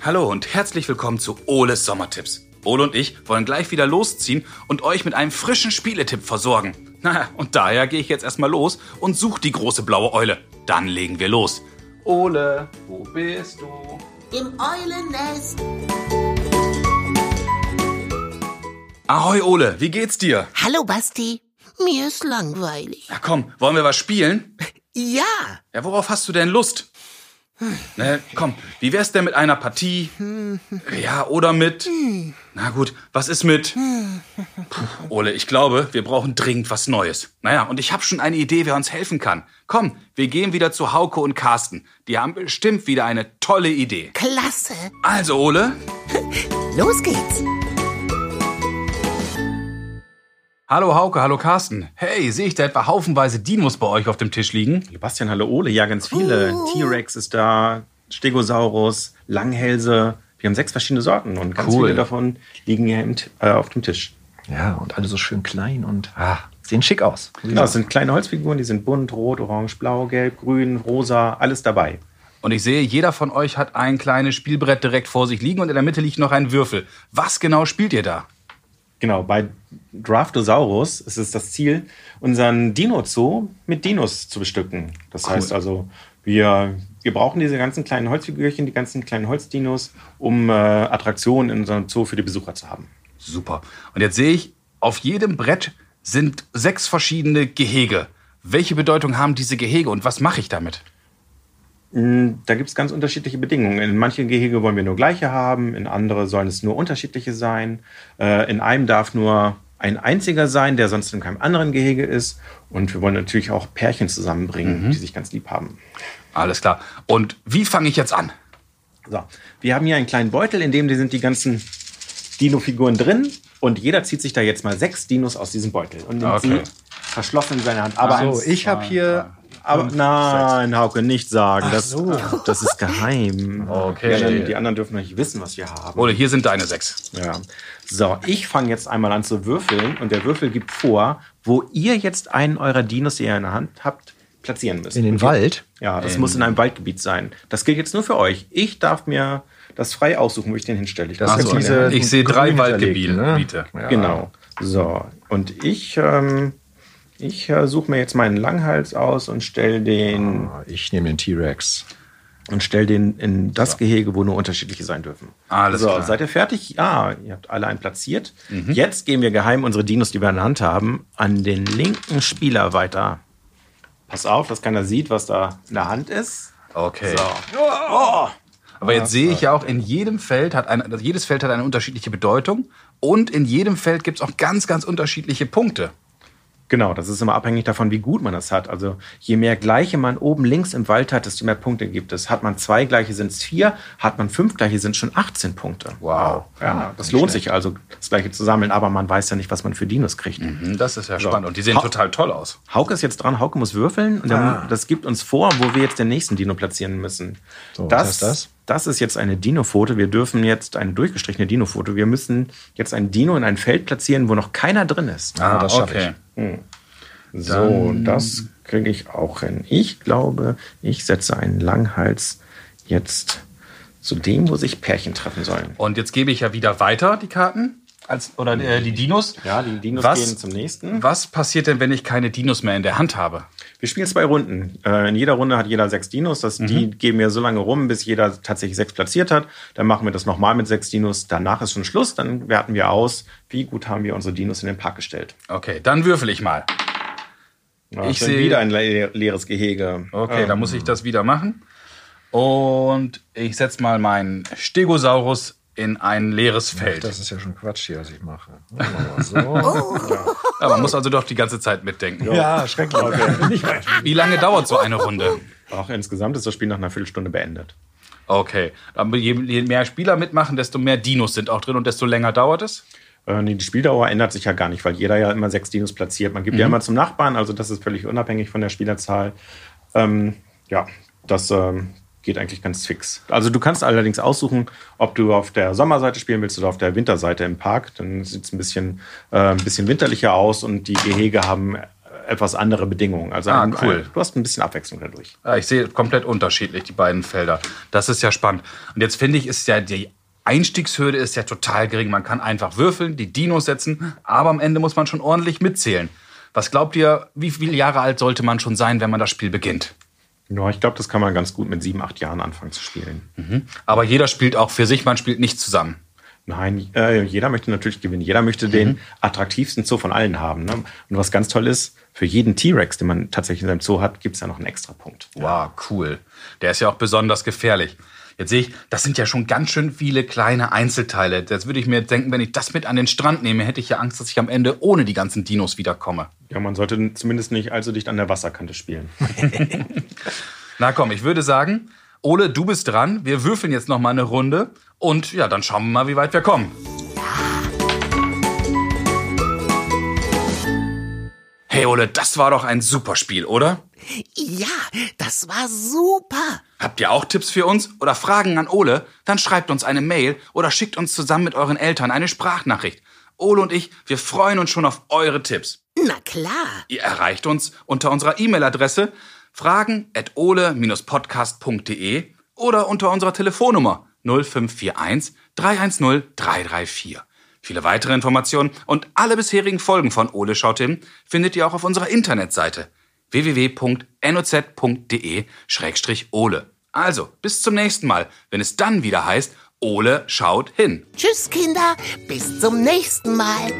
Hallo und herzlich willkommen zu Oles Sommertipps. Ole und ich wollen gleich wieder losziehen und euch mit einem frischen Spieletipp versorgen. Naja, und daher gehe ich jetzt erstmal los und suche die große blaue Eule. Dann legen wir los. Ole, wo bist du? Im Eulennest. Ahoi Ole, wie geht's dir? Hallo Basti, mir ist langweilig. Na komm, wollen wir was spielen? Ja, Ja, worauf hast du denn Lust? Ne, komm, wie wär's denn mit einer Partie? Ja, oder mit. Na gut, was ist mit. Puh, Ole, ich glaube, wir brauchen dringend was Neues. Naja, und ich habe schon eine Idee, wer uns helfen kann. Komm, wir gehen wieder zu Hauke und Carsten. Die haben bestimmt wieder eine tolle Idee. klasse. Also, Ole, Los geht's. hallo Hauke, hallo Carsten. Hey, sehe ich da etwa haufenweise Dinos bei euch auf dem Tisch liegen? Sebastian, hallo Ole. Ja, ganz viele. T-Rex ist da, Stegosaurus, Langhälse. Wir haben sechs verschiedene Sorten und ganz Cool. viele davon liegen hier im, T- äh, auf dem Tisch. Ja, und alle so schön klein und ah, sehen schick aus. Genau, es sind kleine Holzfiguren, die sind bunt, rot, orange, blau, gelb, grün, rosa, alles dabei. Und ich sehe, jeder von euch hat ein kleines Spielbrett direkt vor sich liegen und in der Mitte liegt noch ein Würfel. Was genau spielt ihr da? Genau, bei Draftosaurus ist es das Ziel, unseren Dino-Zoo mit Dinos zu bestücken. Das heißt also, wir, wir brauchen diese ganzen kleinen Holzfigürchen, die ganzen kleinen Holzdinos, um äh, Attraktionen in unserem Zoo für die Besucher zu haben. Super. Und jetzt sehe ich, auf jedem Brett sind sechs verschiedene Gehege. Welche Bedeutung haben diese Gehege und was mache ich damit? Mm, Da gibt es ganz unterschiedliche Bedingungen. In manchen Gehege wollen wir nur gleiche haben, in andere sollen es nur unterschiedliche sein. Äh, in einem darf nur ein einziger sein, der sonst in keinem anderen Gehege ist. Und wir wollen natürlich auch Pärchen zusammenbringen, die sich ganz lieb haben. Alles klar. Und wie fange ich jetzt an? So, wir haben hier einen kleinen Beutel, in dem sind die ganzen Dino-Figuren drin. Und jeder zieht sich da jetzt mal sechs Dinos aus diesem Beutel und nimmt Okay. sie verschlossen in seine Hand. Aber So, eins- ich habe hier. aber nein, Hauke, nicht sagen. Das, das ist geheim. Okay. Ja, dann, die anderen dürfen nicht wissen, was wir haben. Ole, hier sind deine sechs. Ja. So, ich fange jetzt einmal an zu würfeln und der Würfel gibt vor, wo ihr jetzt einen eurer Dinos, die ihr in der Hand habt, platzieren müsst. In den Wald? Ja, das muss in einem Waldgebiet sein. Das gilt jetzt nur für euch. Ich darf mir das frei aussuchen, wo ich den hinstelle. Ich Das darf ist jetzt so, diese- ja. Ich sehe drei grün Waldgebiete. hinterlegt, ne? Ja. Genau. So, und ich, ähm, ich äh, suche mir jetzt meinen Langhals aus und stelle den, Ich nehme den T-Rex. und stell den in das Gehege, wo nur unterschiedliche sein dürfen. Alles so, klar. seid ihr fertig? Ah, ihr habt alle einen platziert. Jetzt gehen wir geheim unsere Dinos, die wir in der Hand haben, an den linken Spieler weiter. Pass auf, dass keiner sieht, was da in der Hand ist. Okay. Oh. So. Aber jetzt sehe ich ja auch, in jedem Feld hat ein, also jedes Feld hat eine unterschiedliche Bedeutung und in jedem Feld gibt es auch ganz, ganz unterschiedliche Punkte. Genau, das ist immer abhängig davon, wie gut man das hat. Also je mehr Gleiche man oben links im Wald hat, desto mehr Punkte gibt es. Hat man zwei Gleiche, sind es vier. Hat man fünf Gleiche, sind schon 18 Punkte. Wow. Ja, das lohnt sich also, das Gleiche zu sammeln. Aber man weiß ja nicht, was man für Dinos kriegt. Mhm. Hm, Das ist ja spannend. Und die sehen total toll aus. Hauke ist jetzt dran, Hauke muss würfeln und dann, Ah. das gibt uns vor, wo wir jetzt den nächsten Dino platzieren müssen. So, was heißt das? das? das ist jetzt eine Dino-Foto. Wir dürfen jetzt eine durchgestrichene Dino-Foto. Wir müssen jetzt ein Dino in ein Feld platzieren, wo noch keiner drin ist. Ah, das schaffe okay. So, das kriege ich auch hin. Ich glaube, ich setze einen Langhals jetzt zu dem, wo sich Pärchen treffen sollen. Und jetzt gebe ich ja wieder weiter die Karten als, oder äh, die Dinos. Ja, die Dinos Was- gehen zum nächsten. Was passiert denn, wenn ich keine Dinos mehr in der Hand habe? Wir spielen zwei Runden. Äh, In jeder Runde hat jeder sechs Dinos. Das, Die geben wir so lange rum, bis jeder tatsächlich sechs platziert hat. Dann machen wir das nochmal mit sechs Dinos. Danach ist schon Schluss. Dann werten wir aus, wie gut haben wir unsere Dinos in den Park gestellt. Okay, dann würfel ich mal. Ja, Ich schon sehe- wieder ein le leeres Gehege. Okay, dann muss ich das wieder machen. Und ich setze mal meinen Stegosaurus in ein leeres Feld. Das ist ja schon Quatsch hier, was ich mache. Oh, aber So. ja, man muss also doch die ganze Zeit mitdenken. ja, schrecklich. Wie lange dauert so eine Runde? Auch insgesamt ist das Spiel nach einer Viertelstunde beendet. Okay, aber je, je mehr Spieler mitmachen, desto mehr Dinos sind auch drin und desto länger dauert es. Äh, nee, die Spieldauer ändert sich ja gar nicht, weil jeder ja immer sechs Dinos platziert. Man gibt Mhm. ja immer zum Nachbarn, also das ist völlig unabhängig von der Spielerzahl. Ähm, ja, das ähm, geht eigentlich ganz fix. Also du kannst allerdings aussuchen, ob du auf der Sommerseite spielen willst oder auf der Winterseite im Park. Dann sieht es ein bisschen, äh, ein bisschen winterlicher aus und die Gehege haben äh, etwas andere Bedingungen. Also Ah, ein, cool. ein, du hast ein bisschen Abwechslung dadurch. Ah, ich sehe komplett unterschiedlich die beiden Felder. Das ist ja spannend. Und jetzt finde ich, ist ja die Einstiegshürde ist ja total gering. Man kann einfach würfeln, die Dinos setzen, aber am Ende muss man schon ordentlich mitzählen. Was glaubt ihr, wie viele Jahre alt sollte man schon sein, wenn man das Spiel beginnt? Ja, ich glaube, das kann man ganz gut mit sieben, acht Jahren anfangen zu spielen. Aber jeder spielt auch für sich, man spielt nicht zusammen. Nein, äh, jeder möchte natürlich gewinnen. Jeder möchte den attraktivsten Zoo von allen haben. Ne? Und was ganz toll ist, für jeden T-Rex, den man tatsächlich in seinem Zoo hat, gibt es ja noch einen extra Punkt. Wow, cool. Der ist ja auch besonders gefährlich. Jetzt sehe ich, das sind ja schon ganz schön viele kleine Einzelteile. Das würde ich mir denken, wenn ich das mit an den Strand nehme, hätte ich ja Angst, dass ich am Ende ohne die ganzen Dinos wiederkomme. Ja, man sollte zumindest nicht allzu dicht an der Wasserkante spielen. Na komm, ich würde sagen, Ole, du bist dran. Wir würfeln jetzt noch mal eine Runde und ja, dann schauen wir mal, wie weit wir kommen. Hey Ole, das war doch ein super Spiel, oder? Ja, das war super. Habt ihr auch Tipps für uns oder Fragen an Ole? Dann schreibt uns eine Mail oder schickt uns zusammen mit euren Eltern eine Sprachnachricht. Ole und ich, wir freuen uns schon auf eure Tipps. Na klar. Ihr erreicht uns unter unserer E-Mail-Adresse fragen.ole-podcast.de oder unter unserer Telefonnummer 0541 310 334. Viele weitere Informationen und alle bisherigen Folgen von Ole schaut hin findet ihr auch auf unserer Internetseite www.noz.de-ole. Also, bis zum nächsten Mal, wenn es dann wieder heißt, Ole schaut hin. Tschüss, Kinder. Bis zum nächsten Mal.